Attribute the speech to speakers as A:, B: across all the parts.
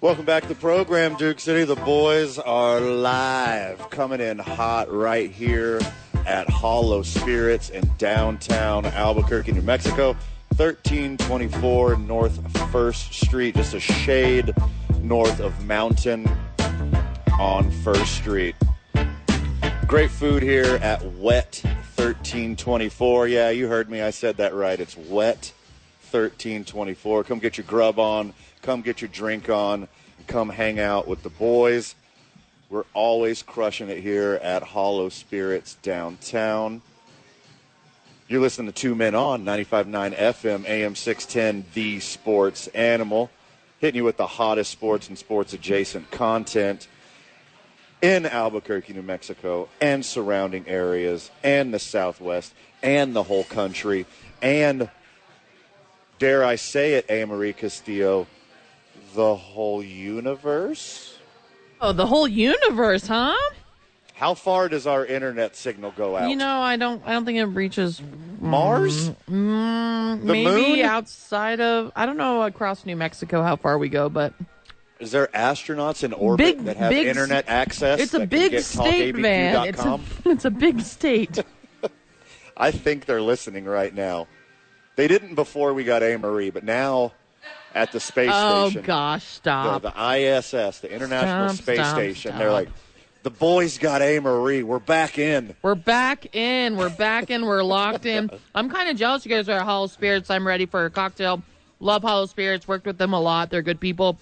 A: Welcome back to the program, Duke City. The boys are live, coming in hot right here at Hollow Spirits in downtown Albuquerque, New Mexico, 1324 North 1st Street, just a shade north of Mountain on 1st Street. Great food here at Wet 1324. Yeah, you heard me. I said that right. It's Wet 1324. Come get your grub on. Come get your drink on. Come hang out with the boys. We're always crushing it here at Hollow Spirits downtown. You're listening to Two Men On 95.9 FM, AM 610, The Sports Animal, hitting you with the hottest sports and sports adjacent content in Albuquerque, New Mexico, and surrounding areas, and the Southwest, and the whole country, and dare I say it, Amarie Castillo, the whole universe.
B: Oh, the whole universe, huh?
A: How far does our internet signal go out?
B: You know, I don't. I don't think it reaches Mm,
A: Mars? the
B: maybe
A: moon?
B: outside of. I don't know across New Mexico how far we go, but
A: Is there astronauts in orbit
B: Big-
A: that have
B: big-
A: internet access?
B: it's a
A: that can
B: big
A: get
B: state, man. It's a,
A: talkabq.com?
B: it's a big state.
A: I think they're listening right now. They didn't before we got A. Marie, but now at the space
B: oh
A: station,
B: gosh,
A: the,
B: stop.
A: Uh, the ISS, the International
B: Stop,
A: Space
B: stop,
A: Station,
B: stop.
A: they're like, the boys got A. Marie. We're back in.
B: We're back in. We're back in. We're locked in. I'm kind of jealous you guys are at Hollow Spirits. I'm ready for a cocktail. Love Hollow Spirits. Worked with them a lot. They're good people.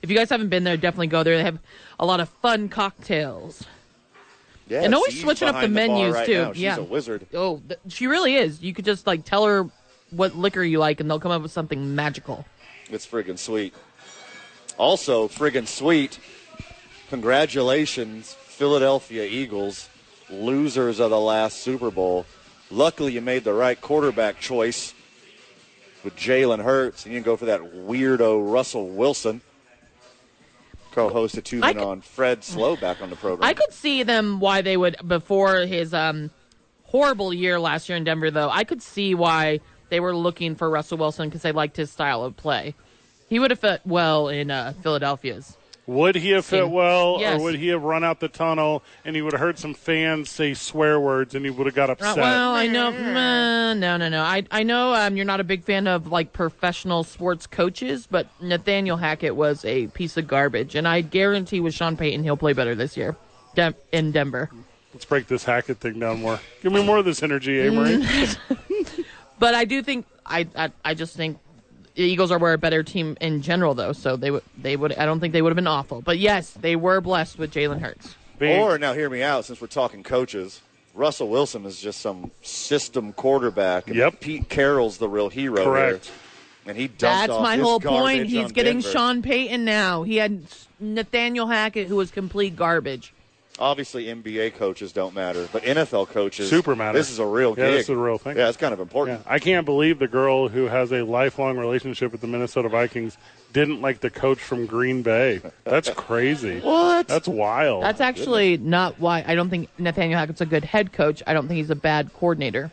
B: If you guys haven't been there, definitely go there. They have a lot of fun cocktails.
A: Yeah,
B: And always
A: she's
B: switching up the
A: behind bar
B: menus,
A: right
B: too.
A: now. She's
B: Yeah.
A: a wizard.
B: Oh, th- she really is. You could just like tell her what liquor you like, and they'll come up with something magical.
A: It's friggin' sweet. Also, friggin' sweet. Congratulations, Philadelphia Eagles, losers of the last Super Bowl. Luckily, you made the right quarterback choice with Jalen Hurts, and you didn't go for that weirdo Russell Wilson. Co-host of Two
B: I
A: Men
B: c-
A: on Fred Slow back on the program.
B: I could see them why they would before his um horrible year last year in Denver though. I could see why they were looking for Russell Wilson because they liked his style of play. He would have fit well in uh, Philadelphia's.
C: Would he have fit well,
B: Yes.
C: or would he have run out the tunnel and he would have heard some fans say swear words and he would have got
B: Uh,
C: upset?
B: well, I know. meh, no, no, no. I I know um, you're not a big fan of like professional sports coaches, but Nathaniel Hackett was a piece of garbage, and I guarantee with Sean Payton he'll play better this year Dem- in Denver.
C: Let's break this Hackett thing down more. Give me more of this energy, Amory.
B: Mm. But I do think I, I I just think the Eagles are were a better team in general though, so they would they would I don't think they would have been awful. But yes, they were blessed with Jalen Hurts.
C: Big.
A: Or now, hear me out. Since we're talking coaches, Russell Wilson is just some system quarterback. and
C: Yep.
A: Pete Carroll's the real hero. here.
C: Correct.
A: And he dumped
B: That's
A: off
B: my
A: his
B: whole
A: garbage
B: point. He's
A: on
B: getting
A: Denver.
B: Sean Payton now. He had Nathaniel Hackett who was complete garbage.
A: Obviously, NBA coaches don't matter, but NFL coaches
C: Super matter.
A: This is a real
C: Yeah,
A: gig.
C: this is a real thing.
A: Yeah, it's kind of important.
C: Yeah, I can't believe the girl who has a lifelong relationship with the Minnesota Vikings didn't like the coach from Green Bay. That's crazy.
B: What?
C: That's wild.
B: That's actually not why I don't think Nathaniel Hackett's a good head coach. I don't think he's a bad coordinator.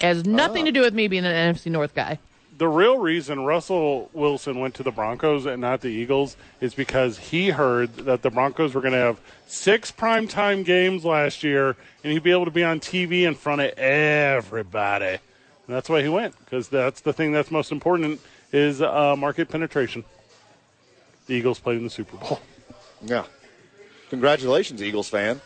B: It has nothing to do with me being an NFC North guy.
C: the real reason Russell Wilson went to the Broncos and not the Eagles is because he heard that the Broncos were going to have six primetime games last year and he'd be able to be on TV in front of everybody. And that's why he went because that's the thing that's most important is uh, market penetration. The Eagles played in the Super Bowl.
A: Yeah. Congratulations, Eagles fan.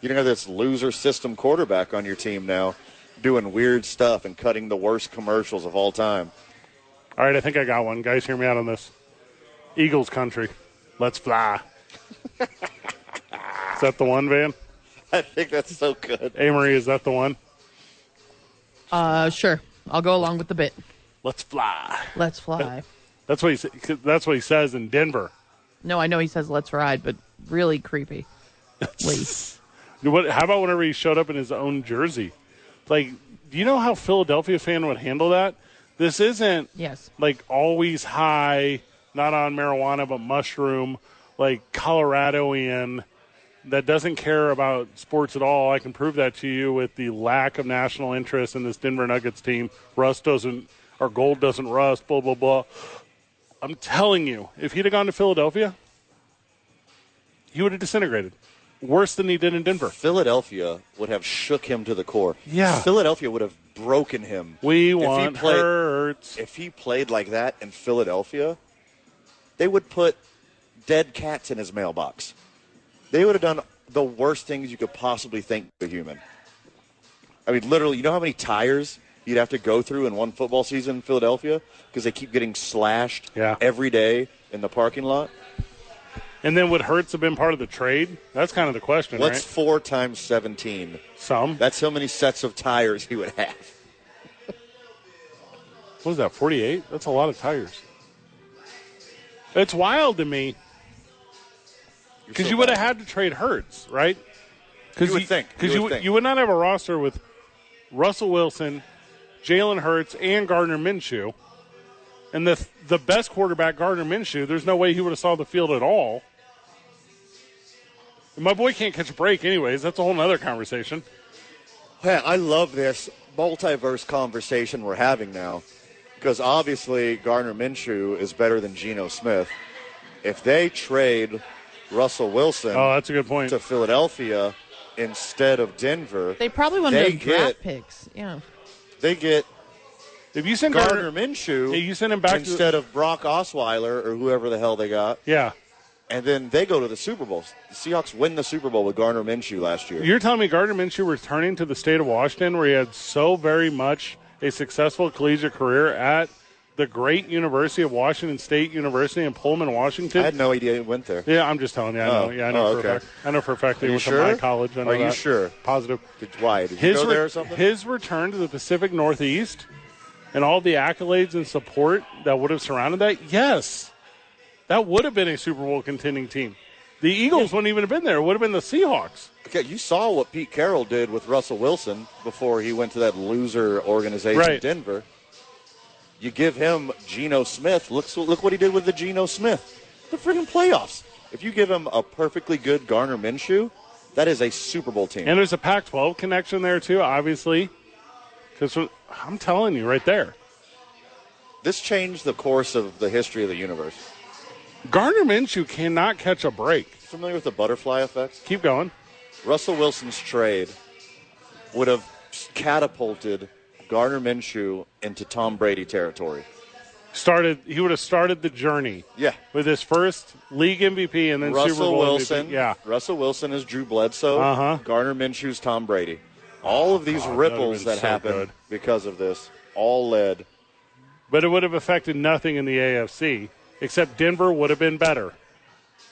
A: You don't have this loser system quarterback on your team now, doing weird stuff and cutting the worst commercials of all time.
C: All right, I think I got one. Guys, hear me out on this. Eagles country. Let's fly. is that the one, Van?
A: I think that's so good.
C: Amory, is that the one?
B: Uh, sure, I'll go along with the bit.
C: Let's fly.
B: Let's fly.
C: That's what he sa- that's what he says in Denver.
B: No, I know he says let's ride, but really creepy. Wait.
C: What? How about whenever he showed up in his own jersey? Like, do you know how Philadelphia fan would handle that? This isn't
B: Yes.
C: like always high, not on marijuana but mushroom, like Coloradoan that doesn't care about sports at all. I can prove that to you with the lack of national interest in this Denver Nuggets team. Rust doesn't, or gold doesn't rust. Blah blah blah. I'm telling you, if he'd have gone to Philadelphia, he would have disintegrated. Worse than he did in Denver.
A: Philadelphia would have shook him to the core.
C: Yeah.
A: Philadelphia would have broken him.
C: We
A: If he
C: want
A: played-
C: Hurts.
A: If he played like that in Philadelphia, they would put dead cats in his mailbox. They would have done the worst things you could possibly think to a human. I mean, literally, you know how many tires you'd have to go through in one football season in Philadelphia because they keep getting slashed
C: Yeah.
A: every day in the parking lot?
C: And then would Hurts have been part of the trade? That's kind of the question,
A: What's
C: right?
A: four times 17?
C: Some.
A: That's how many sets of tires he would have.
C: what was that, 48? That's a lot of tires. It's wild to me because you would have had to trade Hurts, right? Because
A: You would think. You
C: Because you,
A: would
C: would-
A: think.
C: you would not have a roster with Russell Wilson, Jalen Hurts, and Gardner Minshew. And the the best quarterback, Gardner Minshew, there's no way he would have saw the field at all. And my boy can't catch a break, anyways. That's a whole nother conversation.
A: Man, I love this multiverse conversation we're having now because obviously Garner Minshew is better than Geno Smith. If they trade Russell Wilson
C: Oh, that's a good point.
A: to Philadelphia instead of Denver,
B: They probably want
A: They
B: to draft
A: get-
B: picks. Yeah.
A: they get
C: If you send
A: Garner
C: Gardner,
A: Minshew
C: Yeah, you send him back to-
A: instead of Brock Osweiler or whoever the hell they got,
C: yeah,
A: and then they go to the Super Bowl. The Seahawks win the Super Bowl with Garner Minshew last year.
C: You're telling me Gardner Minshew returning to the state of Washington, where he had so very much a successful collegiate career at the great University of Washington State University in Pullman,
A: I
C: Washington.
A: had no idea he went there.
C: yeah, I'm just telling you. I know.
A: Oh,
C: yeah, I know
A: oh,
C: for
A: okay.
C: a fact. I know for a fact that
A: Are
C: he
A: you
C: went
A: sure?
C: to my college. I know
A: Are you
C: that.
A: sure?
C: Positive.
A: Did, why? Did you
C: His
A: go
C: re-
A: there or something?
C: his return to the Pacific Northeast and all the accolades and support that would have surrounded that. Yes, that would have been a Super Bowl contending team. The Eagles wouldn't even have been there. It would have been the Seahawks.
A: Okay, you saw what Pete Carroll did with Russell Wilson before he went to that loser organization,
C: Right.
A: Denver. You give him Geno Smith. Look, look what he did with the Geno Smith. The freaking playoffs. If you give him a perfectly good Garner Minshew, that is a Super Bowl team.
C: And there's a Pac 12 connection there, too, obviously. Because I'm telling you right there,
A: this changed the course of the history of the universe.
C: Garner Minshew cannot catch a break.
A: Familiar with the butterfly effect?
C: Keep going.
A: Russell Wilson's trade would have catapulted Garner Minshew into Tom Brady territory.
C: Started. He would have started the journey
A: Yeah.
C: with his first league MVP and then Super
A: Russell
C: Bowl
A: Wilson.
C: MVP. Yeah.
A: Russell Wilson is Drew Bledsoe.
C: Uh-huh.
A: Garner Minshew's Tom Brady. All of these
C: God, that would've
A: ripples
C: been
A: that
C: so
A: happened
C: good.
A: because of this all led.
C: But it would have affected nothing in the AFC, except Denver would have been better.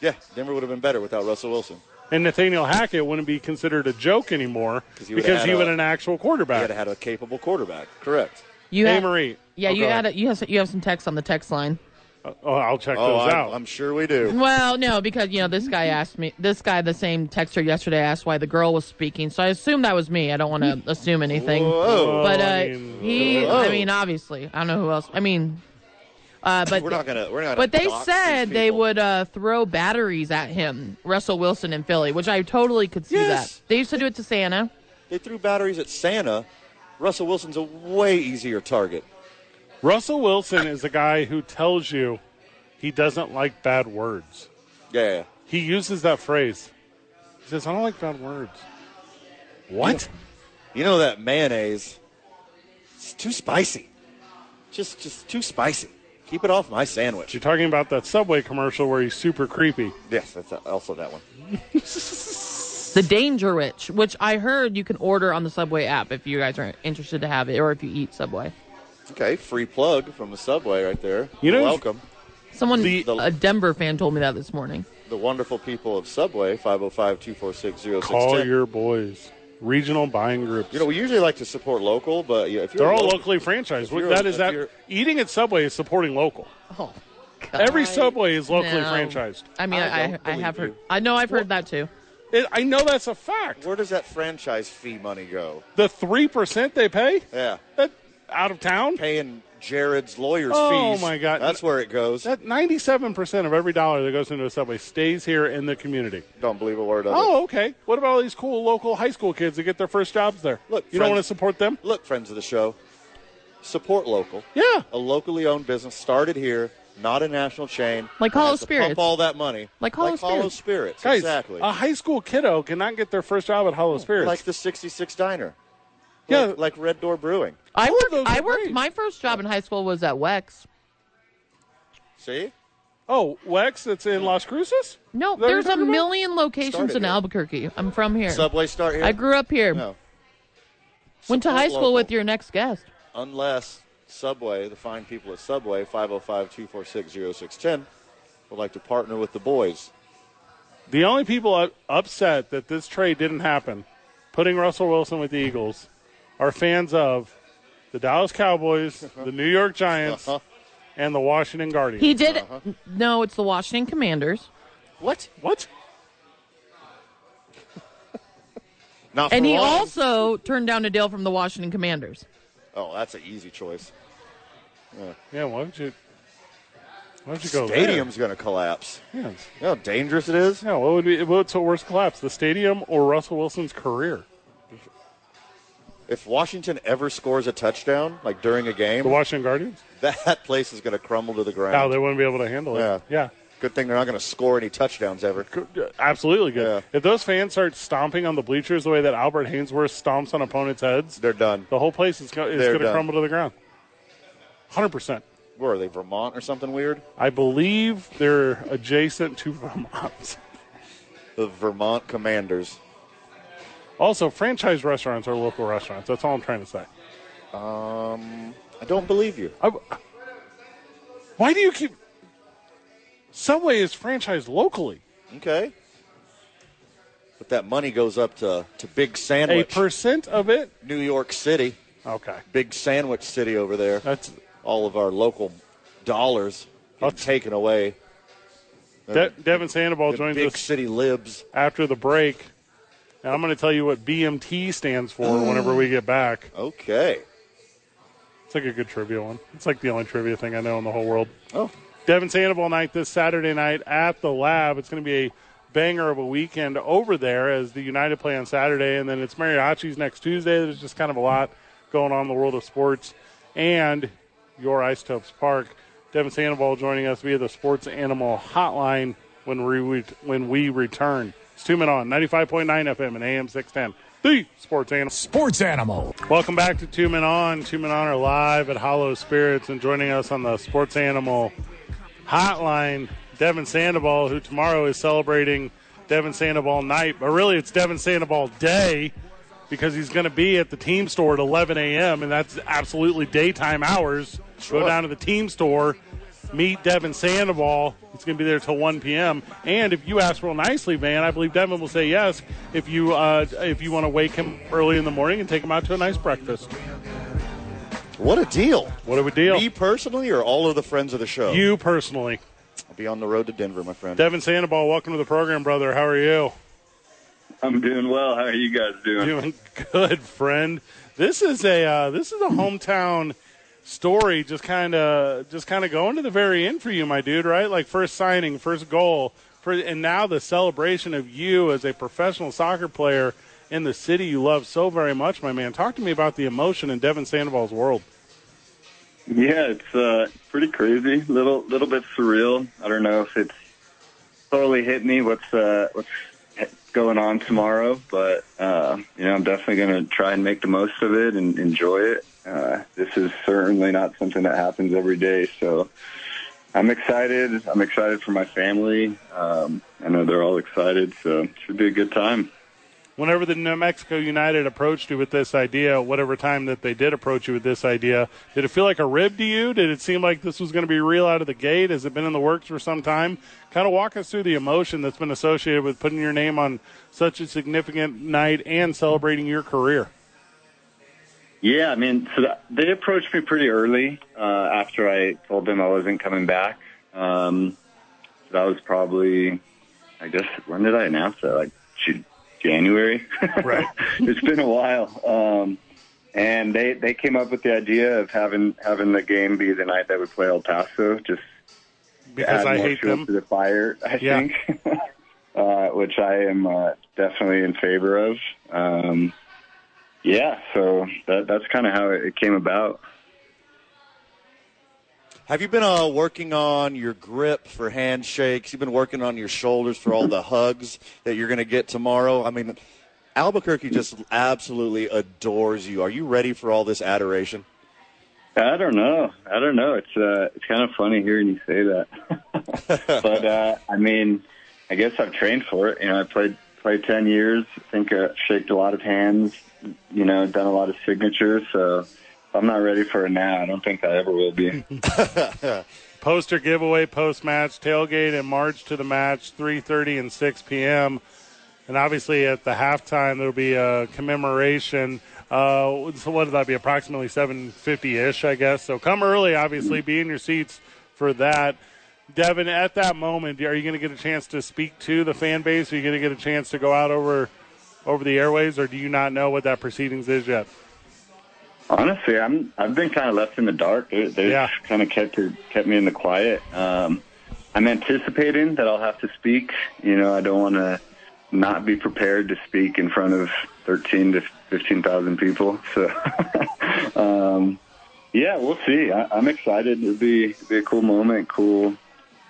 A: Yeah, Denver would have been better without Russell Wilson.
C: And Nathaniel Hackett wouldn't be considered a joke anymore
A: 'Cause he would've
C: because
A: had
C: he
A: a-
C: was an actual
A: He had
C: quarterback.
A: had a capable quarterback. Correct.
B: You
C: hey,
B: had-
C: Marie.
B: Yeah,
C: Oh,
B: you
C: go
B: had
C: ahead.
B: a, you have you have some text on the text line.
C: Oh, I'll check
A: Oh,
C: those
A: I'm,
C: out.
A: I'm sure we do.
B: Well, no, because you know this guy asked me. This guy, the same texter yesterday, asked why the girl was speaking. So I assume that was me. I don't want to assume anything.
A: Whoa.
B: But
C: Oh,
B: uh,
C: I mean,
B: he,
A: whoa.
B: I mean, obviously, I don't know who else. I mean, uh, but
A: We're not gonna. We're not.
B: but
A: gonna
B: they
A: dox
B: said
A: these
B: they
A: people.
B: would uh, throw batteries at him, Russell Wilson in Philly, which I totally could see
A: Yes.
B: that. They used to do it to Santa.
A: They threw batteries at Santa. Russell Wilson's a way easier target.
C: Russell Wilson is a guy who tells you he doesn't like bad words.
A: Yeah, yeah, yeah.
C: He uses that phrase. He says, I don't like bad words. What?
A: You know that mayonnaise? It's too spicy. Just, just too spicy. Keep it off my sandwich.
C: You're talking about that Subway commercial where he's super creepy.
A: Yes, that's also that one.
B: The Danger Witch, which I heard you can order on the Subway app if you guys are interested to have it, or if you eat Subway.
A: Okay, free plug from the subway right there.
C: You know-
A: welcome
B: Someone,
C: The-
B: a Denver fan, told me that this morning.
A: the wonderful people of Subway 505-246-0610.
C: Call your boys. Regional buying groups.
A: You know, we usually like to support local, but yeah, if you're
C: They're
A: a
C: all
A: local-
C: locally franchised.
A: you're-
C: That is
A: if
C: that
A: you're-
C: eating at Subway is supporting local.
B: Oh,
C: Every
B: God.
C: Subway is locally
B: No.
C: franchised.
B: I mean,
A: I
B: I, I,
A: don't
B: I
A: believe
B: have
A: you.
B: heard. I know I've heard that too.
C: It, I know that's a fact.
A: where does that franchise fee money go?
C: The three percent they pay
A: Yeah,
C: that out of town.
A: paying Jared's lawyer's
C: Oh,
A: fees.
C: my God.
A: that's where it goes.
C: That ninety-seven percent of every dollar that goes into a Subway stays here in the community.
A: Don't believe a word of it.
C: Oh, okay. What about all these cool local high school kids that get their first jobs there?
A: Look,
C: you don't
A: friends-
C: want to support them?
A: Look, friends of the show, support local.
C: Yeah.
A: A locally owned business started here. not a national chain.
B: Like
A: that
B: Hollow
A: has to
B: Spirits.
A: Pump all that money.
B: Like Hollow
A: Hollow
B: Spirits.
A: Spirits.
C: Guys,
A: exactly. Oh,
C: a high school kiddo cannot get their first job at Hollow Spirits.
A: like the 66 Diner.
C: Yeah.
A: Like, like Red Door Brewing.
B: I
C: All of those
B: worked. I
C: are
B: worked.
C: great.
B: My first job in high school was at Wex.
A: See?
C: oh, Wex, that's in Las Cruces.
B: No,
C: Is that what you're
B: there's a
C: talking about?
B: million locations
A: Started
B: in
A: here.
B: Albuquerque. I'm from here.
A: Subway start here?
B: I grew up here.
A: No.
B: Went to
A: Support
B: high school
A: local.
B: with your next guest.
A: unless Subway, the fine people at Subway, 505 246 0610, would like to partner with the boys.
C: The only people u- upset that this trade didn't happen, putting Russell Wilson with the Eagles, are fans of the Dallas Cowboys, the New York Giants,
A: Uh-huh.
C: and the Washington Guardians.
B: He did. No, it's the Washington Commanders,
A: What?
C: what?
A: Not for
B: and he
A: long.
B: also turned down a deal from the Washington Commanders.
A: Oh, that's an easy choice.
C: Yeah, why don't you? Why don't you go there?
A: Stadium's going to collapse.
C: Yeah.
A: You know how dangerous it is?
C: Yeah, what would be what's the worst collapse? The stadium or Russell Wilson's career?
A: If Washington ever scores a touchdown, like during a
C: The Oh,
A: game,
C: Washington Guardians?
A: that place is going to crumble to the
C: No,
A: ground.
C: they wouldn't be able to handle it.
A: Yeah.
C: Yeah.
A: Good thing they're not going to score any touchdowns ever.
C: Absolutely good.
A: Yeah.
C: If those fans start stomping on the bleachers the way that Albert Hainsworth stomps on opponents' heads,
A: They're done.
C: the whole place is, go- is
A: They're
C: going to
A: done.
C: crumble to the ground. 100%.
A: Where are they, Vermont or something weird?
C: I believe they're adjacent to Vermont.
A: The Vermont Commanders.
C: Also, franchise restaurants are local restaurants. That's all I'm trying to say.
A: I don't believe you.
C: I, why do you keep. Subway is franchised locally.
A: Okay. But that money goes up to, to Big
C: A
A: Sandwich,
C: percent of it?
A: New York City,
C: Okay.
A: Big Sandwich City over there.
C: That's
A: All of our local dollars
C: Uh, I'll
A: are
C: t-
A: taken away.
C: De- Devin Sandoval
A: The
C: joins
A: big
C: us
A: city libs.
C: after the break, and I'm going to tell you what BMT stands for whenever we get back.
A: Okay.
C: It's like a good trivia one. It's like the only trivia thing I know in the whole world.
A: Oh,
C: Devin Sandoval night this Saturday night at the lab. It's going to be a banger of a weekend over there as the United play on Saturday, and then it's mariachis next Tuesday. There's just kind of a lot going on in the world of sports and your Isotopes Park. Devin Sandoval joining us via the Sports Animal Hotline when we re- when we return. It's two men on 95.9 FM and AM 610. The Sports Animal.
D: Sports Animal.
C: Welcome back to Two Men On. Two Men On are live at Hollow Spirits and joining us on the Sports Animal Hotline, Devin Sandoval, who tomorrow is celebrating Devin Sandoval night, but really it's Devin Sandoval day because he's going to be at the team store at 11 a.m., and that's absolutely daytime hours. Go
A: Sure.
C: down to the team store, meet Devin Sandoval. It's going to be there till 1 p.m. And if you ask real nicely, Van, I believe Devin will say yes if you uh, if you want to wake him early in the morning and take him out to a nice breakfast.
A: what a deal.
C: What a good deal.
A: Me personally or all of the friends of the show?
C: You personally.
A: I'll be on the road to Denver, my friend.
C: Devin Sandoval, welcome to the program, brother. How are you?
E: I'm doing well. How are you guys doing?
C: Doing good, friend. This is a uh, this is a hometown story. Just kind of just kind of going to the very end for you, my dude. Right, like first signing, first goal, for, and now the celebration of you as a professional soccer player in the city you love so very much, my man. Talk to me about the emotion in Devin Sandoval's world.
E: Yeah, it's uh, pretty crazy. Little little bit surreal. I don't know if it's totally hit me what's uh, what's going on tomorrow, but uh, you know I'm definitely going to try and make the most of it and enjoy it. Uh, this is certainly not something that happens every day, so I'm excited. I'm excited for my family. Um, I know they're all excited, so it should be a good time.
C: whenever the New Mexico United approached you with this idea, whatever time that they did approach you with this idea, did it feel like a rib to you? Did it seem like this was going to be real out of the gate? Has it been in the works for some time? Kind of walk us through the emotion that's been associated with putting your name on such a significant night and celebrating your career.
E: Yeah, I mean, so that, they approached me pretty early uh, after I told them I wasn't coming back. Um, so that was probably, I guess, when did I announce that? Like J- January.
C: Right.
E: it's been a while. Um, and they they came up with the idea of having having the game be the night that we play El Paso, just to
C: Because
E: add
C: I
E: more
C: hate
E: fuel
C: them.
E: to the fire. I
C: Yeah.
E: think, uh, which I am uh, definitely in favor of. Um, yeah, so that, that's kind of how it came about.
A: Have you been uh, working on your grip for handshakes? You've been working on your shoulders for all the hugs that you're going to get tomorrow. I mean, Albuquerque just absolutely adores you. Are you ready for all this adoration?
E: I don't know. I don't know. It's uh, it's kind of funny hearing you say that. but uh, I mean, I guess I've trained for it. You know, I played played ten years. I think uh, shaked a lot of hands. You know, done a lot of signatures. So I'm not ready for it now. I don't think I ever will be.
C: Poster giveaway, post match, tailgate in March to the match, 3:30 and 6 p.m. And obviously at the halftime there'll be a commemoration. Uh, so what would that be? Approximately 7:50-ish, I guess. So come early, obviously, be in your seats for that. Devin, at that moment, are you going to get a chance to speak to the fan base? Are you going to get a chance to go out over over the airways, or do you not know what that proceedings is yet?
E: Honestly, I'm I've been kind of left in the dark. They, they
C: Yeah.
E: kind of kept it, kept me in the quiet. Um, I'm anticipating that I'll have to speak. You know, I don't want to not be prepared to speak in front of 13 to 15,000 people. So, um, yeah, we'll see. I, I'm excited. It'll be it'll be a cool moment, cool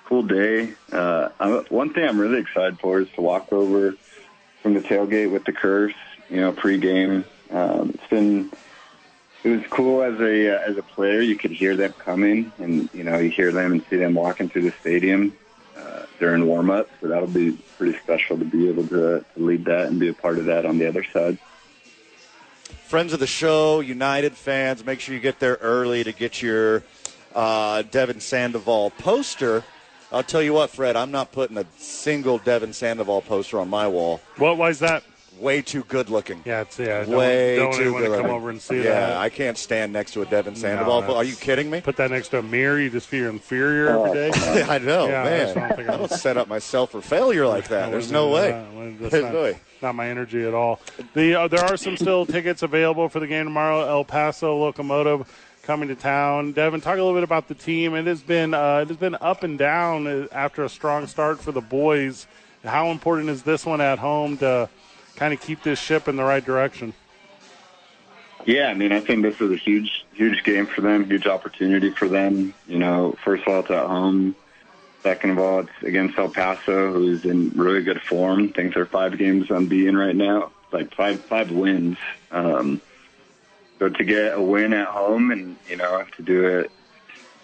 E: cool day. Uh, I'm, one thing I'm really excited for is to walk over from the tailgate with the curse. You know, pregame. Um, it's been it was cool as a uh, as a player. You could hear them coming, and you know you hear them and see them walking through the stadium uh, during warm up. So that'll be pretty special to be able to, to lead that and be a part of that on the other side.
A: friends of the show, United fans, make sure you get there early to get your uh, Devin Sandoval poster. I'll tell you what, Fred, I'm not putting a single Devin Sandoval poster on my wall.
C: What was that?
A: Way too good looking.
C: Yeah, it's yeah. Don't,
A: Way
C: don't
A: too
C: want
A: good
C: to come
A: looking.
C: over and see
A: yeah,
C: that.
A: I can't stand next to a Devin Sandoval.
C: that's-
A: are you kidding me?
C: Put that next to a mirror, you just feel inferior every day.
A: I know,
C: Yeah, that's what I'm
A: man.
C: thinking.
A: I don't set up myself for failure like that. There's no
C: Uh,
A: way.
C: that's
A: There's
C: not,
A: no way.
C: not my energy at all. The uh, there are some still tickets available for the game tomorrow. El Paso Locomotive coming to town. Devin, talk a little bit about the team. It has been uh, it has been up and down uh, after a strong start for the boys. How important is this one at home to kind of keep this ship in the right direction?
E: Yeah, I mean, I think this is a huge, huge game for them, huge opportunity for them. You know, first of all, it's at home. Second of all, it's against El Paso, who's in really good form. Thinks they're five games unbeaten right now, like five, five wins. Um, so to get a win at home and you know to do it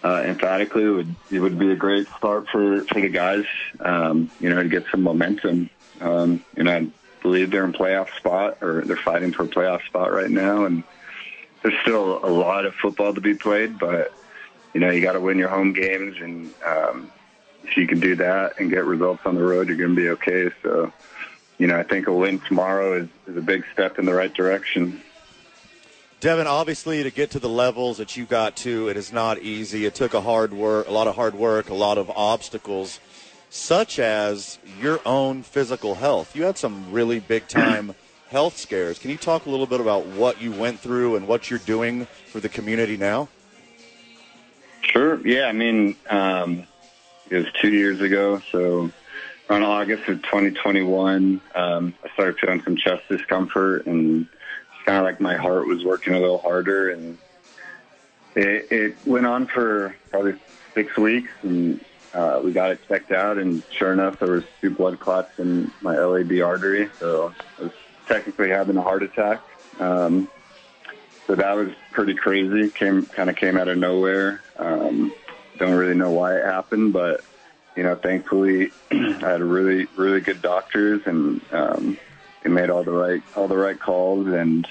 E: uh, emphatically would it would be a great start for for the guys. Um, you know, to get some momentum. Um, you know, I believe they're in playoff spot or they're fighting for a playoff spot right now, and there's still a lot of football to be played. But you know, you got to win your home games, and um, if you can do that and get results on the road, you're going to be okay. So. You know, I think a win tomorrow is, is a big step in the right direction.
A: Devin, obviously, to get to the levels that you got to, it is not easy. It took a hard work, a lot of hard work, a lot of obstacles, such as your own physical health. You had some really big time health scares. Can you talk a little bit about what you went through and what you're doing for the community now?
E: Sure. Yeah. I mean, um, it was two years ago. So around August of 2021, um, I started feeling some chest discomfort and kind of like my heart was working a little harder. And it, it went on for probably six weeks. And uh, we got it checked out. And sure enough, there was two blood clots in my LAB artery. So I was technically having a heart attack. Um, so that was pretty crazy. Came kind of came out of nowhere. Um, don't really know why it happened, but you know, thankfully, I had really really good doctors, and um, they made all the right all the right calls. And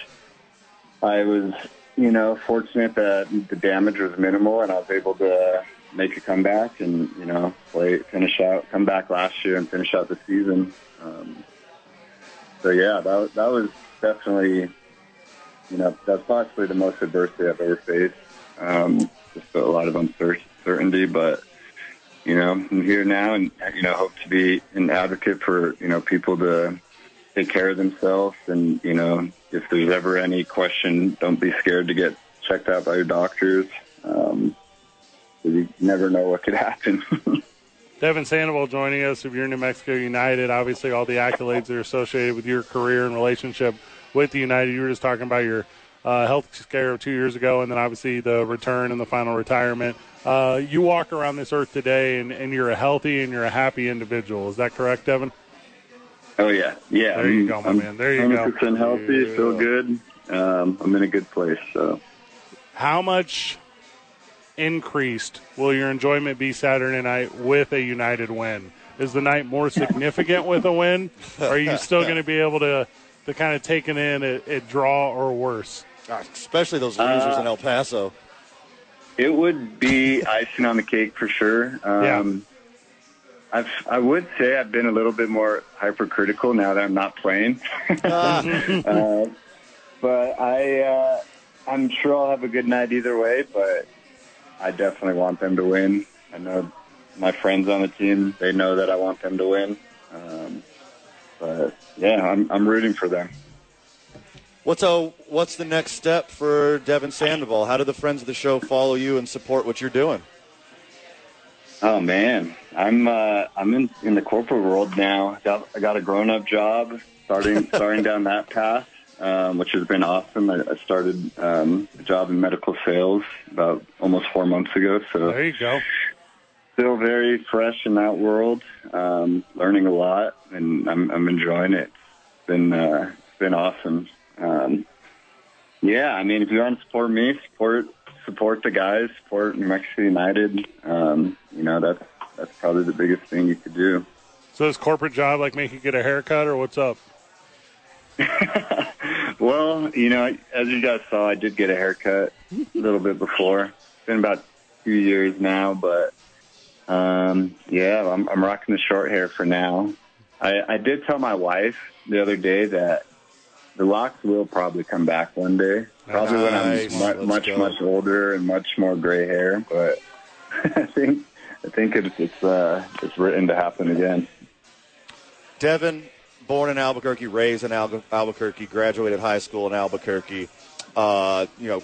E: I was, you know, fortunate that the damage was minimal, and I was able to make a comeback and you know play finish out come back last year and finish out the season. Um, so yeah, that that was definitely you know, that's possibly the most adversity I've ever faced. Um, just a lot of uncertainty, but you know, I'm here now, and you know, hope to be an advocate for you know people to take care of themselves, and you know, if there's ever any question, don't be scared to get checked out by your doctors. Um, 'cause you never know what could happen.
C: Devin Sandoval joining us of your New Mexico United. Obviously, all the accolades that are associated with your career and relationship with the United. You were just talking about your uh, health scare of two years ago, and then obviously the return and the final retirement. Uh, you walk around this earth today, and, and you're a healthy and you're a happy individual. Is that correct, Devin?
E: Oh yeah, yeah.
C: There you go, my man. There you go.
E: 100% healthy. Feel good. Um, I'm in a good place. So
C: How much increased will your enjoyment be Saturday night with a United win? Is the night more significant with a win? Or are you still going to be able to to kind of take it in at, at draw or worse?
A: God, especially those losers in El Paso.
E: it would be icing on the cake for sure. Um, I've, I would say I've been a little bit more hypercritical now that I'm not playing. uh, but I, uh, I'm sure I'll have a good night either way. But I definitely want them to win. I know my friends on the team; they know that I want them to win. Um, but yeah, I'm, I'm rooting for them.
A: What's a, what's the next step for Devin Sandoval? How do the friends of the show follow you and support what you're doing?
E: Oh man, I'm uh, I'm in, in the corporate world now. Got, I got a grown up job, starting starting down that path, um, which has been awesome. I, I started um, a job in medical sales about almost four months ago, so
C: There you go.
E: still very fresh in that world. Um, learning a lot, and I'm I'm enjoying it. It's been uh, it's been awesome. Um, yeah, I mean, if you want to support me, support support the guys, support New Mexico United. Um, you know, that's that's probably the biggest thing you could do.
C: So this corporate job like make you get a haircut or what's up?
E: Well, you know, as you guys saw, I did get a haircut a little bit before. It's been about two years now, but um, yeah, I'm, I'm rocking the short hair for now. I, I did tell my wife the other day that the locks will probably come back one day. Probably
A: Nice.
E: when I'm
A: Let's
E: mu- much,
A: go.
E: much older and much more gray hair, but I think I think it's it's uh, it's written to happen again.
A: Devin, born in Albuquerque, raised in Al- Albuquerque, graduated high school in Albuquerque, uh, you know,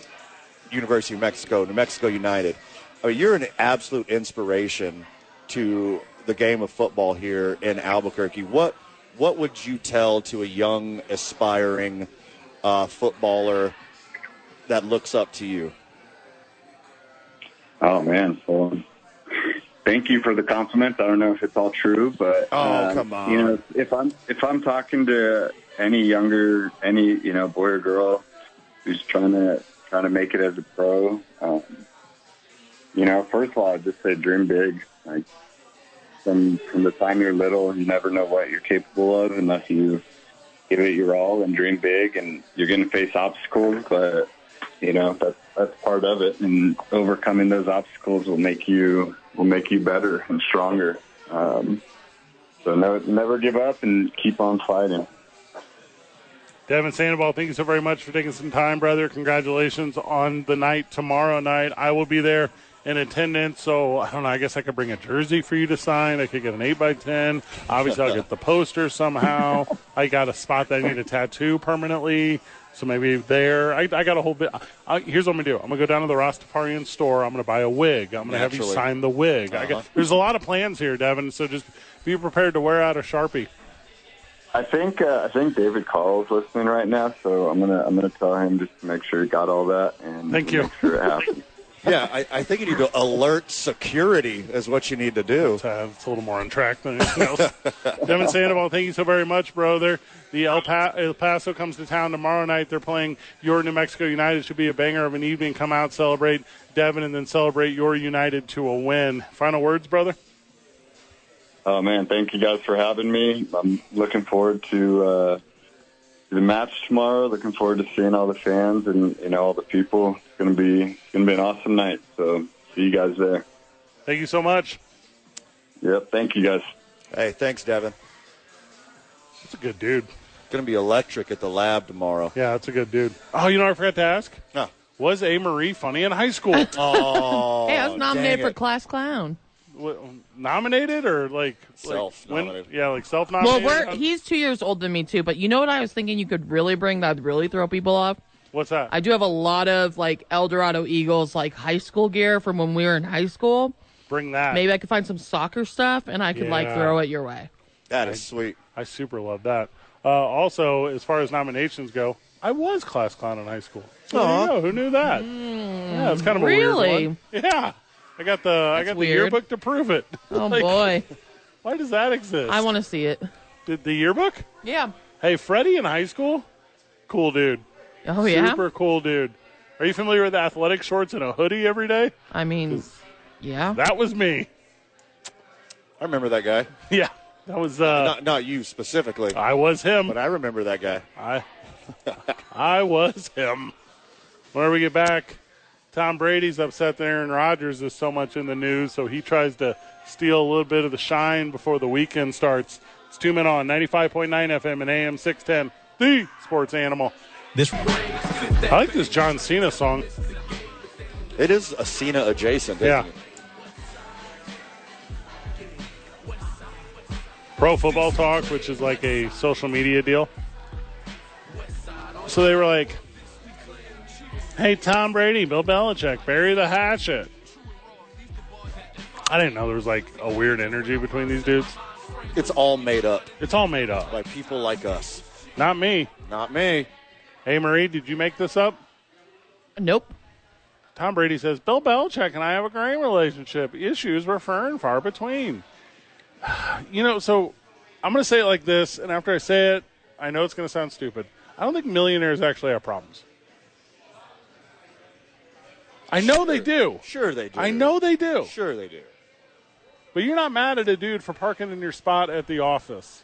A: University of Mexico, New Mexico United. I mean, you're an absolute inspiration to the game of football here in Albuquerque. What what would you tell to a young aspiring uh, footballer that looks up to you?
E: Oh man, well, thank you for the compliment. I don't know if it's all true, but
A: Oh,
E: um,
A: come on.
E: you know, if I'm if I'm talking to any younger, any you know, boy or girl who's trying to trying to make it as a pro, um, you know, first of all, I'd just say dream big. Like from from the time you're little, you never know what you're capable of unless you give it your all and dream big. And you're going to face obstacles, but you know that's that's part of it and overcoming those obstacles will make you will make you better and stronger um, so no, never give up and keep on fighting
C: Devin Sandoval, thank you so very much for taking some time, brother. Congratulations on the night tomorrow night. I will be there in attendance, so I don't know. I guess I could bring a jersey for you to sign. I could get an eight by ten. Obviously, I'll get the poster somehow. I got a spot that I need a tattoo permanently, so maybe there. I, I got a whole bit. I, here's what I'm gonna do. I'm gonna go down to the Rastafarian store. I'm gonna buy a wig. I'm gonna have you
A: Naturally.
C: sign the wig. I got, there's a lot of plans here, Devin. So just be prepared to wear out a sharpie.
E: i think uh, i think david call is listening right now so i'm gonna i'm gonna tell him just to make sure he got all that and
C: Thank you.
E: make sure it happens
A: Yeah, I, I think you need to alert security is what you need to do.
C: to have it's a little more on track than anything else. Devin Sandoval, thank you so very much, brother. The El, pa- El Paso comes to town tomorrow night. They're playing your New Mexico United. Should be a banger of an evening. Come out, celebrate Devin, and then celebrate your United to a win. Final words, brother.
E: oh man thank you guys for having me i'm looking forward to uh to the match tomorrow looking forward to seeing all the fans and you know all the people it's gonna be it's gonna be an awesome night so see you guys there
C: Thank you so much.
E: Yep. Thank you guys.
A: Hey, thanks, Devin.
C: That's a good dude.
A: Going to be electric at the lab tomorrow.
C: Yeah, that's a good dude. Oh, you know what I forgot to ask?
A: Huh.
C: Was A. Marie funny in high school? Uh,
A: Oh,
B: Hey, I was nominated
A: dang
B: for
A: it.
B: class clown.
C: W- nominated or like like
A: Self-nominated.
C: when- yeah, like self
B: Well,
C: nominated.
B: we're, he's two years older than me too. But you know what I was thinking? You could really bring that would really throw people off.
C: What's that?
B: I do have a lot of like Eldorado Eagles like high school gear from when we were in high school.
C: Bring that.
B: Maybe I could find some soccer stuff and I could like
C: Yeah.
B: throw it your way.
A: That is sweet.
C: I super love that. Uh, also, as far as nominations go, I was class clown in high school. So there you
A: Aw.
C: go. Who knew that? yeah, it's kind of a
B: Hmm. really?
C: weird one. Yeah, I got the I
B: That's weird.
C: got the yearbook to prove it.
B: Oh
C: Like,
B: boy,
C: why does that exist?
B: I want to see it.
C: the, the yearbook.
B: Yeah.
C: Hey, Freddie in high school, cool dude.
B: Oh yeah.
C: Super cool dude. Are you familiar with athletic shorts and a hoodie every day?
B: I mean, yeah.
C: That was me.
A: I remember that guy.
C: Yeah, that was uh,
A: Not not you specifically,
C: I was him.
A: but I remember that guy.
C: I I was him. Whenever we get back, Tom Brady's upset that Aaron Rodgers is so much in the news, so he tries to steal a little bit of the shine before the weekend starts. It's two men on 95.9 FM and AM 610, the sports animal.
D: This
C: I like this John Cena song.
A: It is a Cena adjacent. isn't
C: Yeah.
A: it?
C: Pro Football Talk, which is like a social media deal. So they were like, hey, Tom Brady, Bill Belichick, bury the hatchet. I didn't know there was like a weird energy between these dudes.
A: It's all made up
C: It's all made up.
A: by people like us.
C: Not me.
A: Not me.
C: Hey, Marie, did you make this up?
B: Nope.
C: Tom Brady says, Bill Belichick and I have a great relationship. Issues were far and far between. You know, so I'm going to say it like this, and after I say it, I know it's going to sound stupid. I don't think millionaires actually have problems. I know they do.
A: Sure they do.
C: I know they do.
A: Sure they do.
C: But you're not mad at a dude for parking in your spot at the office.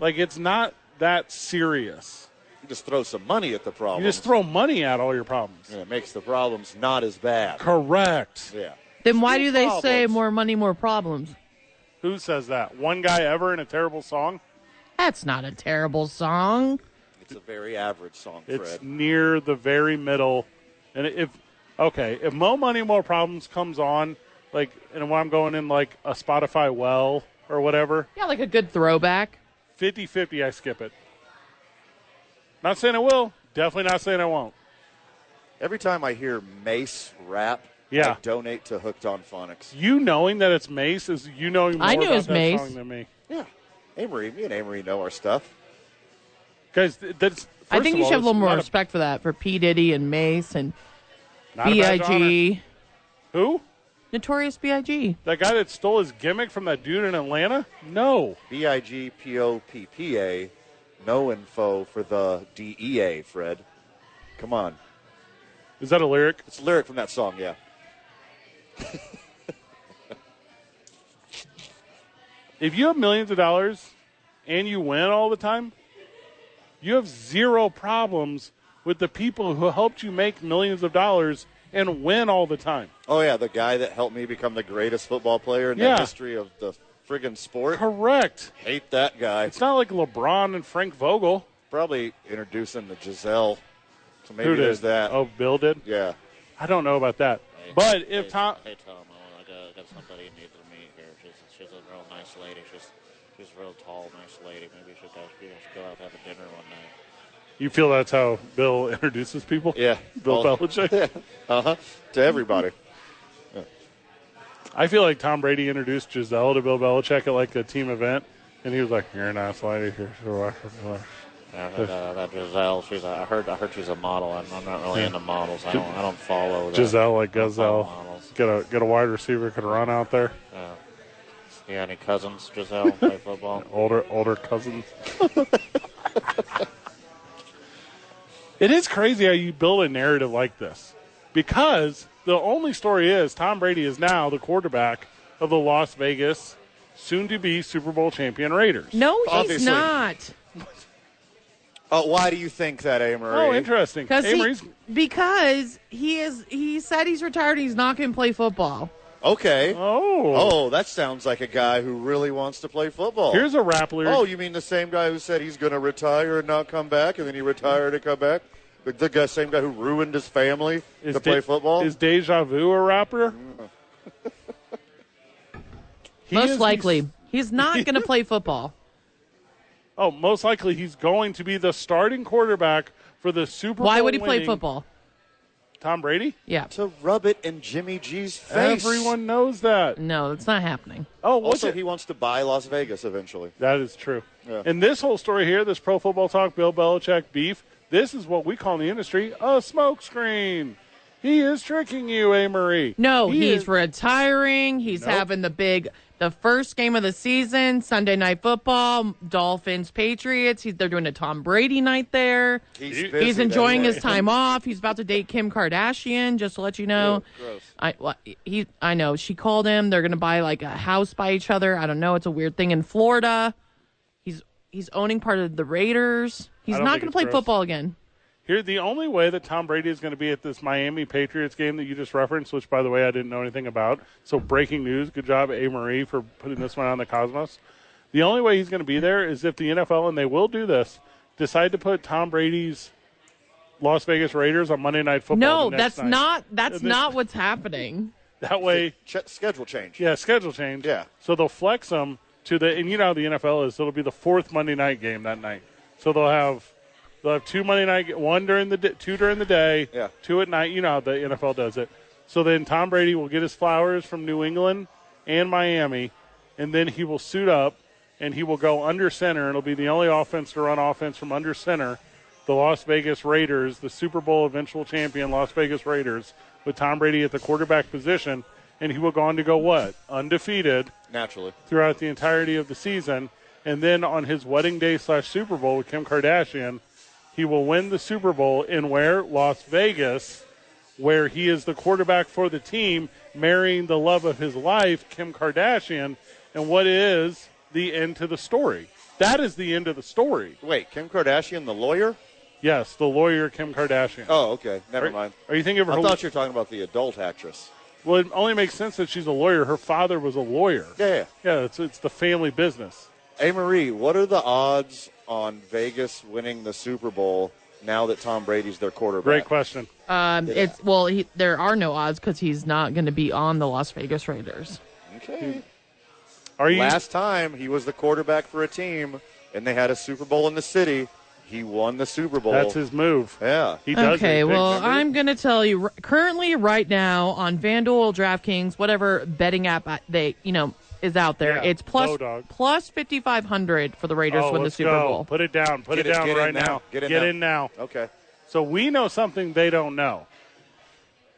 C: Like, it's not that serious.
A: You just throw some money at the problem.
C: You just throw money at all your problems.
A: And it makes the problems not as bad.
C: Correct.
A: Yeah.
B: Then why do they say
A: problems.
B: more money, more problems?
C: Who says that? One guy ever in a terrible song?
B: That's not a terrible song.
A: It's a very average song, Fred.
C: It's near the very middle. And if okay, if Mo Money More Problems comes on, like and when I'm going in like a Spotify well or whatever,
B: Yeah, like a good throwback.
C: 50-50 I skip it. Not saying I will, definitely not saying I won't.
A: Every time I hear Mace rap,
C: Yeah.
A: I donate to Hooked on Phonics.
C: You knowing that it's Mace is you knowing more
B: I knew
C: about
B: it was
C: that
B: Mace.
C: song than me.
A: Yeah. Amory, me and Amory know our stuff.
C: Guys, th- that's first
B: I think
C: of
B: you
C: all,
B: should have a
C: it's
B: little more
C: not
B: respect for that, for P. Diddy and Mace and
C: not a badge of honor.
B: B.I.G.
C: Who?
B: Notorious B.I.G.
C: That guy that stole his gimmick from that dude in Atlanta? No.
A: B I G P O P P A. No info for the DEA, Fred. Come on.
C: Is that a lyric?
A: It's a lyric from that song, yeah.
C: if you have millions of dollars and you win all the time, you have zero problems with the people who helped you make millions of dollars and win all the time.
A: Oh, yeah, the guy that helped me become the greatest football player in
C: Yeah.
A: the history of the friggin' sport.
C: Correct.
A: Hate that guy.
C: It's not like LeBron and Frank Vogel.
A: Probably introducing the Giselle. So maybe
C: Who did?
A: there's that.
C: Oh, Bill did.
A: Yeah.
C: I don't know about that. But if Tom,
F: Hey Tom, I got, uh, I got somebody you need to meet here. She's she's a real nice lady. She's she's a real tall, nice lady. Maybe you should go, you should go out and have a dinner one night.
C: you feel that's how Bill introduces people.
A: Yeah.
C: Bill Belichick.
A: Uh huh. To everybody.
C: I feel like Tom Brady introduced Giselle to Bill Belichick at like a team event, and he was like, "You're a nice lady. You're so nice."
F: Uh, uh, that Giselle, she's a, I heard I heard she's a model. I'm, I'm not really into models. I don't I don't follow. The,
C: Giselle like Gazelle.
F: models.
C: Get a get a wide receiver could run out there.
F: You got any cousins, Giselle, play football?
C: Older older cousins. it is crazy how you build a narrative like this. Because the only story is Tom Brady is now the quarterback of the Las Vegas soon to be Super Bowl champion Raiders.
B: No, he's
A: Obviously.
B: not.
A: Uh, why do you think that, Amory?
C: Oh, interesting.
B: Because he,
C: Amory's-
B: because he is he said he's retired. He's not going to play football.
A: Okay.
C: oh.
A: Oh, that sounds like a guy who really wants to play football.
C: Here's a rap lyric.
A: oh, you mean the same guy who said he's going to retire and not come back, and then he retired and come back? The, the guy, same guy who ruined his family
C: Is
A: to play
C: De-
A: football?
C: Is Deja Vu a rapper? He is
B: Most
C: the-
B: likely, he's not going to play football.
C: oh, most likely he's going to be the starting quarterback for the Super Bowl.
B: Why would he play
C: winning
B: football?
C: Tom Brady?
B: Yeah.
A: to rub it in Jimmy G's face.
C: Everyone knows that.
B: No, that's not happening.
C: Oh, what's
A: Also,
C: it?
A: he wants to buy Las Vegas eventually.
C: That is true.
A: Yeah.
C: And this whole story here, this pro football talk, Bill Belichick beef, this is what we call in the industry a smokescreen. He is tricking you, A. Marie.
B: No,
C: He
B: he's
C: is-
B: retiring. He's
C: Nope.
B: having the big, the first game of the season, Sunday Night Football, Dolphins, Patriots. He's, they're doing a Tom Brady night there.
A: He's,
C: He's
A: busy,
B: He's enjoying
A: that's
B: his
A: why.
B: time off. He's about to date Kim Kardashian. Just to let you know,
A: gross.
B: I well, he I know she called him. They're gonna buy like a house by each other. I don't know. It's a weird thing in Florida. He's he's owning part of the Raiders. He's
C: don't
B: not
C: think
B: gonna
C: it's
B: play
C: gross.
B: football again.
C: Here, the only way that Tom Brady is going to be at this Miami Patriots game that you just referenced, which by the way I didn't know anything about. So breaking news. Good job, A. Marie, for putting this one on the Cosmos. The only way he's going to be there is if the NFL, and they will do this, decide to put Tom Brady's Las Vegas Raiders on Monday Night
B: No,
C: Football. the next
B: that's
C: night.
B: not that's
C: This-
B: not what's happening.
C: That way,
A: Ch- schedule change.
C: yeah, schedule change.
A: Yeah.
C: So they'll flex them to the, and you know how the NFL is. So it'll be the fourth Monday night game that night. So they'll have, they'll have two Monday night, ga- one during the, di- two during the day,
A: Yeah.
C: two at night. You know how the NFL does it. So then Tom Brady will get his flowers from New England and Miami, and then he will suit up and he will go under center. It'll be the only offense to run offense from under center. The Las Vegas Raiders, the Super Bowl eventual champion Las Vegas Raiders, with Tom Brady at the quarterback position, and he will go on to go what? Undefeated
A: Naturally.
C: throughout the entirety of the season. And then on his wedding day slash Super Bowl with Kim Kardashian, he will win the Super Bowl in where? Las Vegas, where he is the quarterback for the team, marrying the love of his life, Kim Kardashian. And what is the end to the story? That is the end of the story.
A: Wait, Kim Kardashian, the lawyer?
C: Yes, the lawyer Kim Kardashian.
A: Oh, okay. Never
C: Are-
A: mind.
C: Are you thinking of her?
A: I thought you were talking about the adult actress.
C: well, it only makes sense that she's a lawyer. Her father was a lawyer.
A: Yeah, yeah.
C: Yeah, it's, it's the family business.
A: Hey, Marie, what are the odds on Vegas winning the Super Bowl now that Tom Brady's their quarterback?
C: Great question.
B: Um, It's well, he, there are no odds because he's not going to be on the Las Vegas Raiders.
A: Okay.
C: Are you
A: Last time he was the quarterback for a team and they had a Super Bowl in the city, he won the Super Bowl.
C: That's his move.
A: Yeah.
C: He does.
B: Okay,
C: these things,
B: well,
C: remember?
B: I'm going to tell you r- currently right now on FanDuel, DraftKings, whatever betting app I- they, you know, is out there.
C: Yeah,
B: it's plus
C: low dog.
B: plus 5500 for the Raiders
C: Oh,
B: win the
C: let's
B: Super
C: go.
B: Bowl.
C: Put it down. Put
A: Get
C: it
A: in-
C: down
A: get in
C: right
A: now.
C: now.
A: Get in
C: Get
A: now.
C: in now.
A: Okay.
C: So we know something they don't know,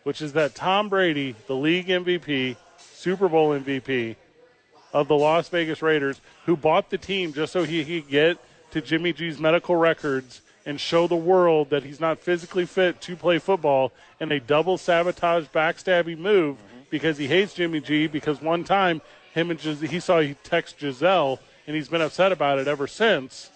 C: which is that Tom Brady, the league MVP, Super Bowl MVP of the Las Vegas Raiders, who bought the team just so he could get to Jimmy G's medical records and show the world that he's not physically fit to play football in a double sabotage backstabby move because he hates Jimmy G because one time him and Gis- he saw he text Giselle and he's been upset about it ever since.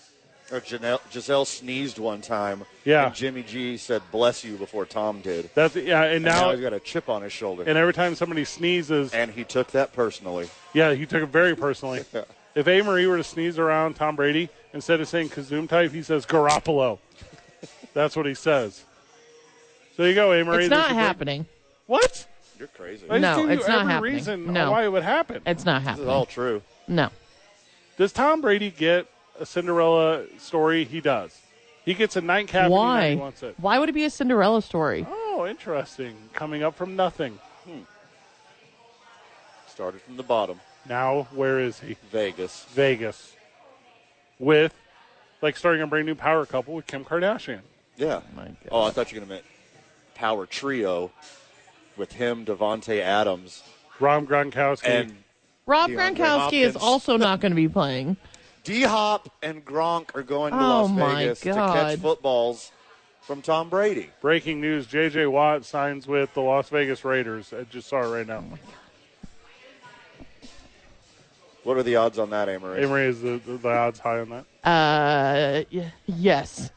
A: Or Janelle, Giselle sneezed one time.
C: Yeah.
A: And Jimmy G said, bless you, before Tom did.
C: That's yeah, and
A: And now,
C: now
A: he's got a chip on his shoulder.
C: and every time somebody sneezes,
A: and he took that personally.
C: yeah, he took it very personally. If A. Marie were to sneeze around Tom Brady, instead of saying Kazoom type, he says Garoppolo. That's what he says. So you go, A. Marie.
B: it's
C: This
B: not
C: is great.
B: happening.
C: What?
A: You're crazy.
C: I just
B: No,
C: gave you
B: it's not
C: every
B: happening.
C: reason
B: No.
C: why it would happen.
B: It's not
A: This is
B: happening.
A: all true.
B: no.
C: Does Tom Brady get a Cinderella story? He does. He gets a nightcap. And he
B: Why?
C: knows he wants it.
B: Why would it be a Cinderella story?
C: Oh, interesting. Coming up from nothing.
A: Started from the bottom.
C: Now, where is he?
A: Vegas.
C: Vegas with like starting a brand new power couple with Kim Kardashian.
A: Yeah.
B: My God.
A: Oh, I thought you were going to mean power trio with him, Devonte Adams,
C: Rom Gronkowski.
A: and
B: Rob
A: DeAndre
B: Gronkowski is
A: Hopkins.
B: also not going to be playing.
A: D Hop and Gronk are going to
B: Oh,
A: Las
B: my
A: Vegas to catch
B: God.
A: footballs from Tom Brady.
C: breaking news, JJ Watt signs with the Las Vegas Raiders. I just saw it right now.
A: What are the odds on that, Amory?
C: Amory is the, the, the odds high on that.
B: Uh, y- yes.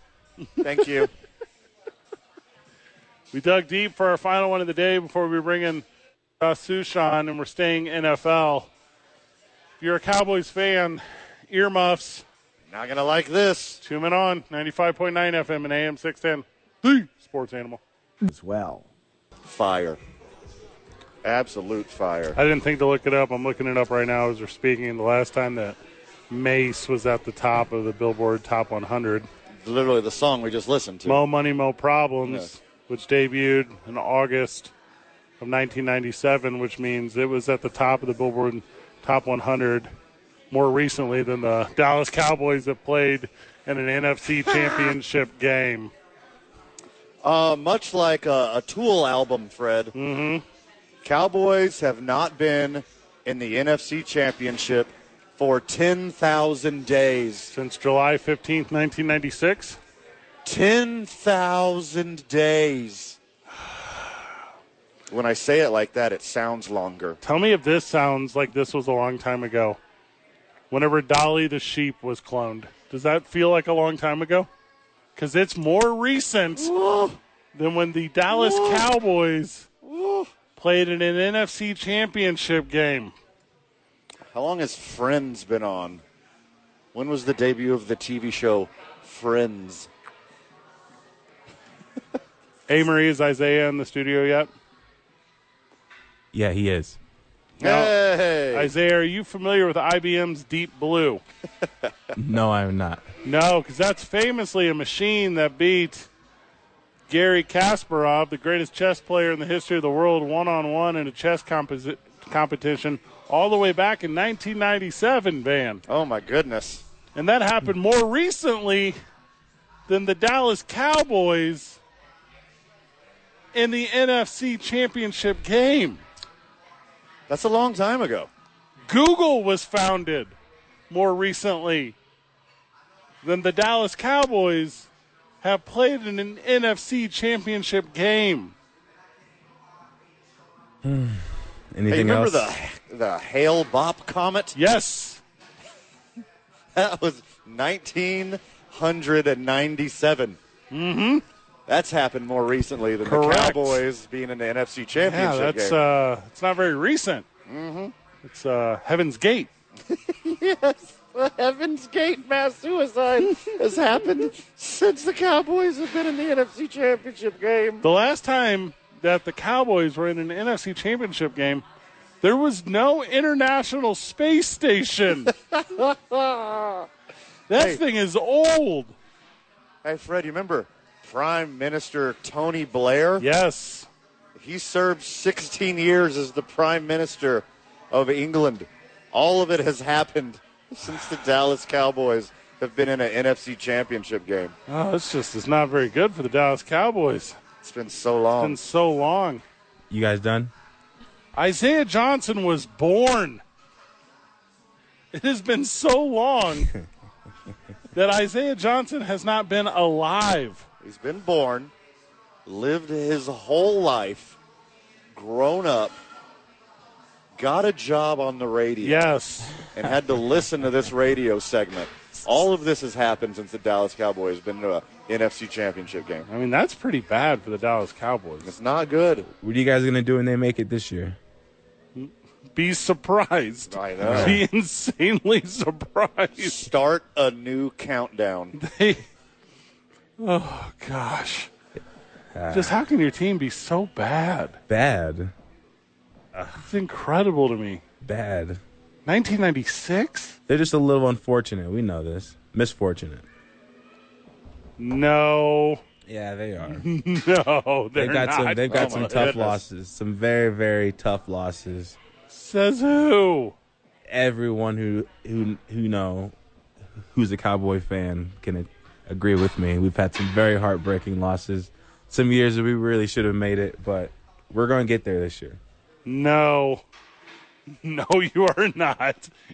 A: Thank you.
C: We dug deep for our final one of the day before we bring in Josh Sushan, and we're staying NFL. If you're a Cowboys fan, earmuffs,
A: Not going to like this.
C: tune in on 95.9 FM and AM 610. The sports animal.
D: as well.
A: Fire. Absolute fire.
C: I didn't think to look it up. I'm looking it up right now as we're speaking. The last time that Mace was at the top of the Billboard Top 100,
A: Literally the song we just listened to.
C: Mo Money, Mo Problems which debuted in August of 1997, which means it was at the top of the Billboard Top 100 more recently than the Dallas Cowboys that played in an NFC championship game.
A: Uh, much like a, a Tool album, Fred. Cowboys have not been in the NFC Championship for 10,000 days.
C: Since July 15th, 1996,
A: 10,000 days. When I say it like that, it sounds longer.
C: Tell me if this sounds like this was a long time ago. Whenever Dolly the sheep was cloned, does that feel like a long time ago? Because it's more recent than when the Dallas Cowboys played in an NFC championship game.
A: How long has Friends been on? When was the debut of the TV show Friends?
C: Hey, Marie, is Isaiah in the studio yet?
D: Yeah, he is.
C: No.
A: Hey!
C: Isaiah, are you familiar with IBM's Deep Blue?
D: No, I'm not.
C: No, because that's famously a machine that beat Gary Kasparov, the greatest chess player in the history of the world, one on one in a chess composi- competition all the way back in 1997, Van.
A: oh my goodness.
C: And that happened more recently than the Dallas Cowboys in the NFC Championship game.
A: That's a long time ago.
C: Google was founded more recently than the Dallas Cowboys have played in an NFC championship game.
A: Hey,
D: Anything
A: remember
D: else?
A: the the Hale Bopp comet?
C: Yes.
A: That was 1997. Mm-hmm. That's happened more recently than the
C: Correct.
A: Cowboys being in the NFC Championship
C: Yeah, that's
A: game.
C: uh it's not very recent. Mm-hmm. It's uh Heaven's Gate.
A: Heaven's Gate mass suicide has happened since the Cowboys have been in the NFC Championship game.
C: The last time that the Cowboys were in an NFC championship game, there was no international space station. that
A: Hey.
C: thing is old.
A: Hey, Fred, you remember Prime Minister Tony Blair?
C: Yes.
A: He served 16 years as the Prime Minister of England. All of it has happened since the Dallas Cowboys have been in an NFC Championship game.
C: Oh, it's just it's not very good for the Dallas Cowboys.
A: It's been so
C: It's been
A: long.
C: so long.
D: you guys done?
C: Isaiah Johnson was born. It has been so long that Isaiah Johnson has not been alive.
A: He's been born, lived his whole life, grown up, got a job on the radio,
C: Yes.
A: and had to listen to this radio segment. All of this has happened since the Dallas Cowboys have been in an NFC Championship game.
C: I mean, that's pretty bad for the Dallas Cowboys.
A: It's not good.
D: What are you guys gonna do when they make it this year?
C: Be surprised.
A: I know.
C: Be insanely surprised.
A: Start a new countdown.
C: oh, gosh.
A: Ah.
C: Just how can your team be so bad?
D: Bad,
C: It's incredible to me.
D: bad.
C: 1996?
D: They're just a little unfortunate. We know this. Misfortunate.
C: No.
D: Yeah, they are.
C: No, they're
D: They've got
C: not.
D: some. They've got
A: Oh
D: some
A: my
D: tough
A: goodness.
D: losses. Some very, very tough losses.
C: Says who?
D: Everyone who who who know who's a Cowboy fan can a- agree with me. We've had some very heartbreaking losses. Some years that we really should have made it, but we're gonna get there this year.
C: No, no, you are not.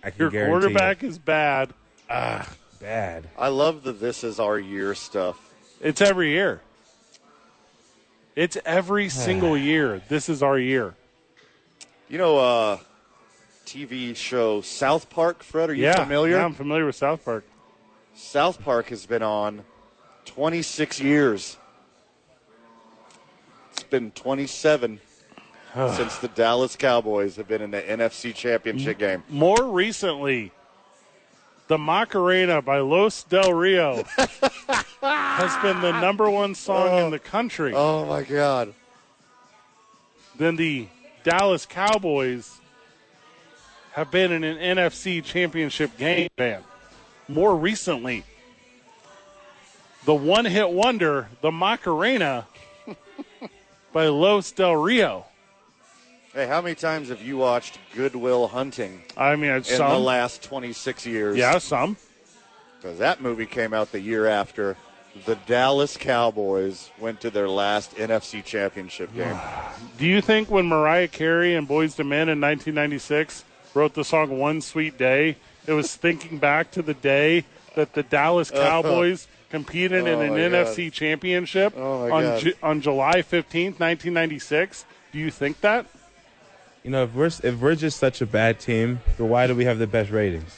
D: I can
C: Your
D: guarantee
C: quarterback is bad.
D: Bad.
A: I love the this is our year stuff.
C: It's every year. It's every single year. This is our year.
A: You know, uh, TV show South Park, Fred, are you
C: yeah,
A: familiar?
C: yeah, I'm familiar with South Park.
A: South Park has been on 26 years. It's been 27 since the Dallas Cowboys have been in the NFC
C: Mm.
A: Championship game.
C: More recently, the Macarena by Los Del Rio has been the number one song in the country.
A: Oh my God.
C: Then the Dallas Cowboys have been in an NFC championship game band. More recently, the one hit wonder, the Macarena, by Los Del Rio.
A: Hey, how many times have you watched Goodwill Hunting
C: I mean, it's
A: in
C: some.
A: the last 26 years?
C: yeah, some.
A: Because that movie came out the year after the Dallas Cowboys went to their last NFC championship game.
C: Do you think when Mariah Carey and Boys to Men in 1996 wrote the song One Sweet Day, it was thinking back to the day that the Dallas Cowboys competed
A: Oh,
C: in
A: my
C: an
A: God.
C: NFC championship
A: Oh, my
C: on,
A: God.
C: Ju- on July 15th, 1996? Do you think that?
D: You know, if we're if we're just such a bad team, then why do we have the best ratings?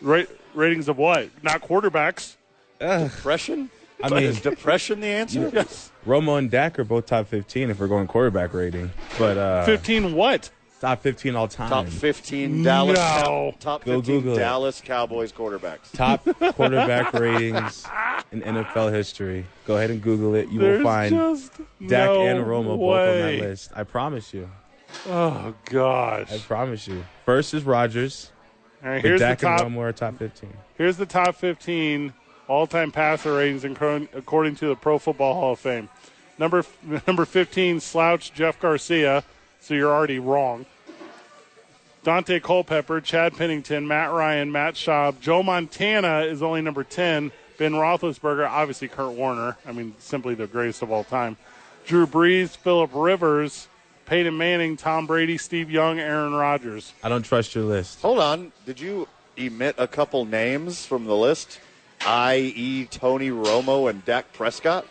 C: Ra- ratings of what? Not quarterbacks.
A: Depression?
D: I mean-
A: is depression the answer?
C: Yes.
D: Romo and Dak are both top 15 if we're going quarterback rating, but uh,
C: 15 what?
D: top 15 all time.
A: Top 15 Dallas
C: No.
A: Cow- top
D: Go
A: 15
D: Google it.
A: Dallas Cowboys quarterbacks.
D: Top quarterback ratings in NFL history. Go ahead and Google it. You
C: There's
D: will find
C: just
D: Dak
C: no
D: and Romo both on
C: way.
D: that list. I promise you.
C: Oh gosh!
D: I promise you. First is Rodgers.
C: All right,
D: but
C: here's the
D: Dak
C: top.
D: and Romo are top 15.
C: Here's the top 15 all-time passer ratings according according to the Pro Football Hall of Fame. Number number 15, slouch Jeff Garcia. So you're already wrong. Dante Culpepper, Chad Pennington, Matt Ryan, Matt Schaub, Joe Montana is only number 10. Ben Roethlisberger, obviously Kurt Warner. I mean, simply the greatest of all time. Drew Brees, Philip Rivers, Peyton Manning, Tom Brady, Steve Young, Aaron Rodgers.
D: I don't trust your list.
A: Hold on. Did you emit a couple names from the list? I.e., Tony Romo and Dak Prescott?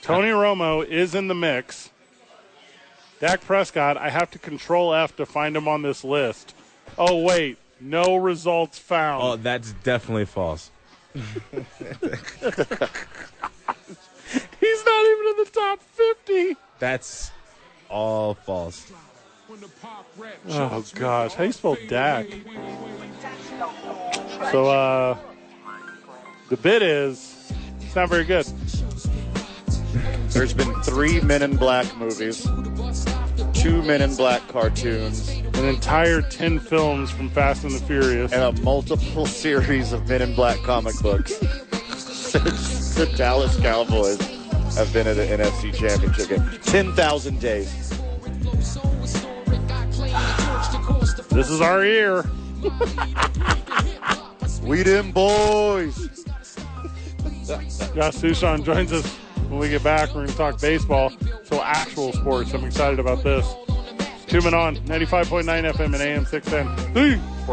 C: Tony Romo is in the mix. Dak Prescott, I have to control F to find him on this list. Oh wait, no results
D: Oh,
C: found.
D: that's definitely false.
C: He's not even in the top 50.
D: That's all false.
C: Oh gosh, how you spell Dak? So uh the bid is it's not very good.
A: There's been three Men in Black movies, two Men in Black cartoons,
C: An entire 10 films from Fast and the Furious.
A: and a multiple series of Men in Black comic books since the Dallas Cowboys have been at an NFC championship game. 10,000 days.
C: This is our year.
A: We them boys.
C: Josh Sushan joins us when we get back. We're going to talk baseball, so actual sports. I'm excited about this. Tune in on 95.9 FM and AM 610.